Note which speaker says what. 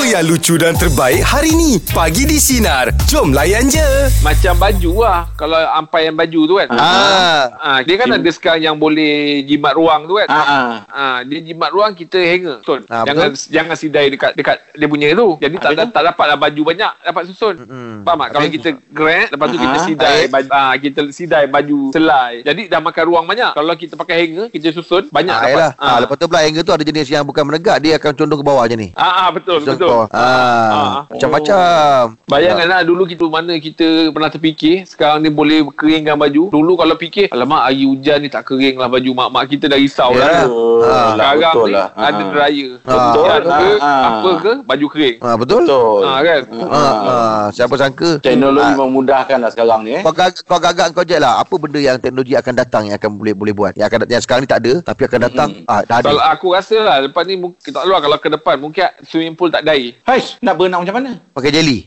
Speaker 1: yang lucu dan terbaik hari ni. Pagi di Sinar. Jom layan je.
Speaker 2: Macam baju lah Kalau ampai yang baju tu kan
Speaker 3: Ah.
Speaker 2: ah Dia kan ada sekarang yang boleh Jimat ruang tu kan
Speaker 3: Ah, ah.
Speaker 2: ah Dia jimat ruang Kita hanger Betul
Speaker 3: Ah,
Speaker 2: Jangan jangan sidai dekat Dekat dia punya tu Jadi tak,
Speaker 3: Habis
Speaker 2: tak, tak dapatlah baju banyak Dapat susun
Speaker 3: Mm-mm.
Speaker 2: Faham tak? Kalau
Speaker 3: Habis-
Speaker 2: kita grab Lepas tu kita
Speaker 3: Ah,
Speaker 2: sidai
Speaker 3: baik.
Speaker 2: baju, ah, Kita sidai baju selai Jadi dah makan ruang banyak Kalau kita pakai hanger Kita susun Banyak
Speaker 3: Ah,
Speaker 2: dapat
Speaker 3: yelah. Ah, lepas tu pula angle tu ada jenis yang bukan menegak, dia akan condong ke bawah je ni.
Speaker 2: Ah, ah betul
Speaker 3: Condong ke
Speaker 2: betul.
Speaker 3: bawah. Ah,
Speaker 2: Ah.
Speaker 3: macam-macam.
Speaker 4: Ya.
Speaker 2: Bayangkanlah lah, dulu kita mana kita pernah terfikir sekarang ni boleh keringkan baju. Dulu kalau fikir alamak hari hujan ni tak kering lah baju mak-mak kita dah risau
Speaker 3: Yalah.
Speaker 2: lah.
Speaker 4: Betul
Speaker 3: Ah,
Speaker 4: lah,
Speaker 2: Sekarang
Speaker 4: Ya. betul
Speaker 2: ni
Speaker 4: lah.
Speaker 2: ada
Speaker 4: Ah.
Speaker 2: dryer.
Speaker 3: Ah.
Speaker 2: Betul
Speaker 4: Betul
Speaker 2: ke
Speaker 4: lah. Ah.
Speaker 2: apa ke baju kering.
Speaker 3: Ah, betul?
Speaker 4: Betul.
Speaker 2: Ah, kan?
Speaker 3: Ah, ah, siapa sangka?
Speaker 4: Teknologi
Speaker 3: Ah,
Speaker 4: memudahkan lah sekarang ni. Eh.
Speaker 3: Kau gagak kau gagak kau je lah apa benda yang teknologi akan datang yang akan boleh boleh buat. Yang akan yang sekarang ni tak ada tapi akan datang
Speaker 2: Hmm.
Speaker 3: ah dah ada.
Speaker 2: Kalau aku rasa lah lepas ni mungkin tak tahu lah kalau ke depan mungkin swimming pool tak ada air.
Speaker 4: Hai, nak berenang macam mana?
Speaker 3: Pakai jeli.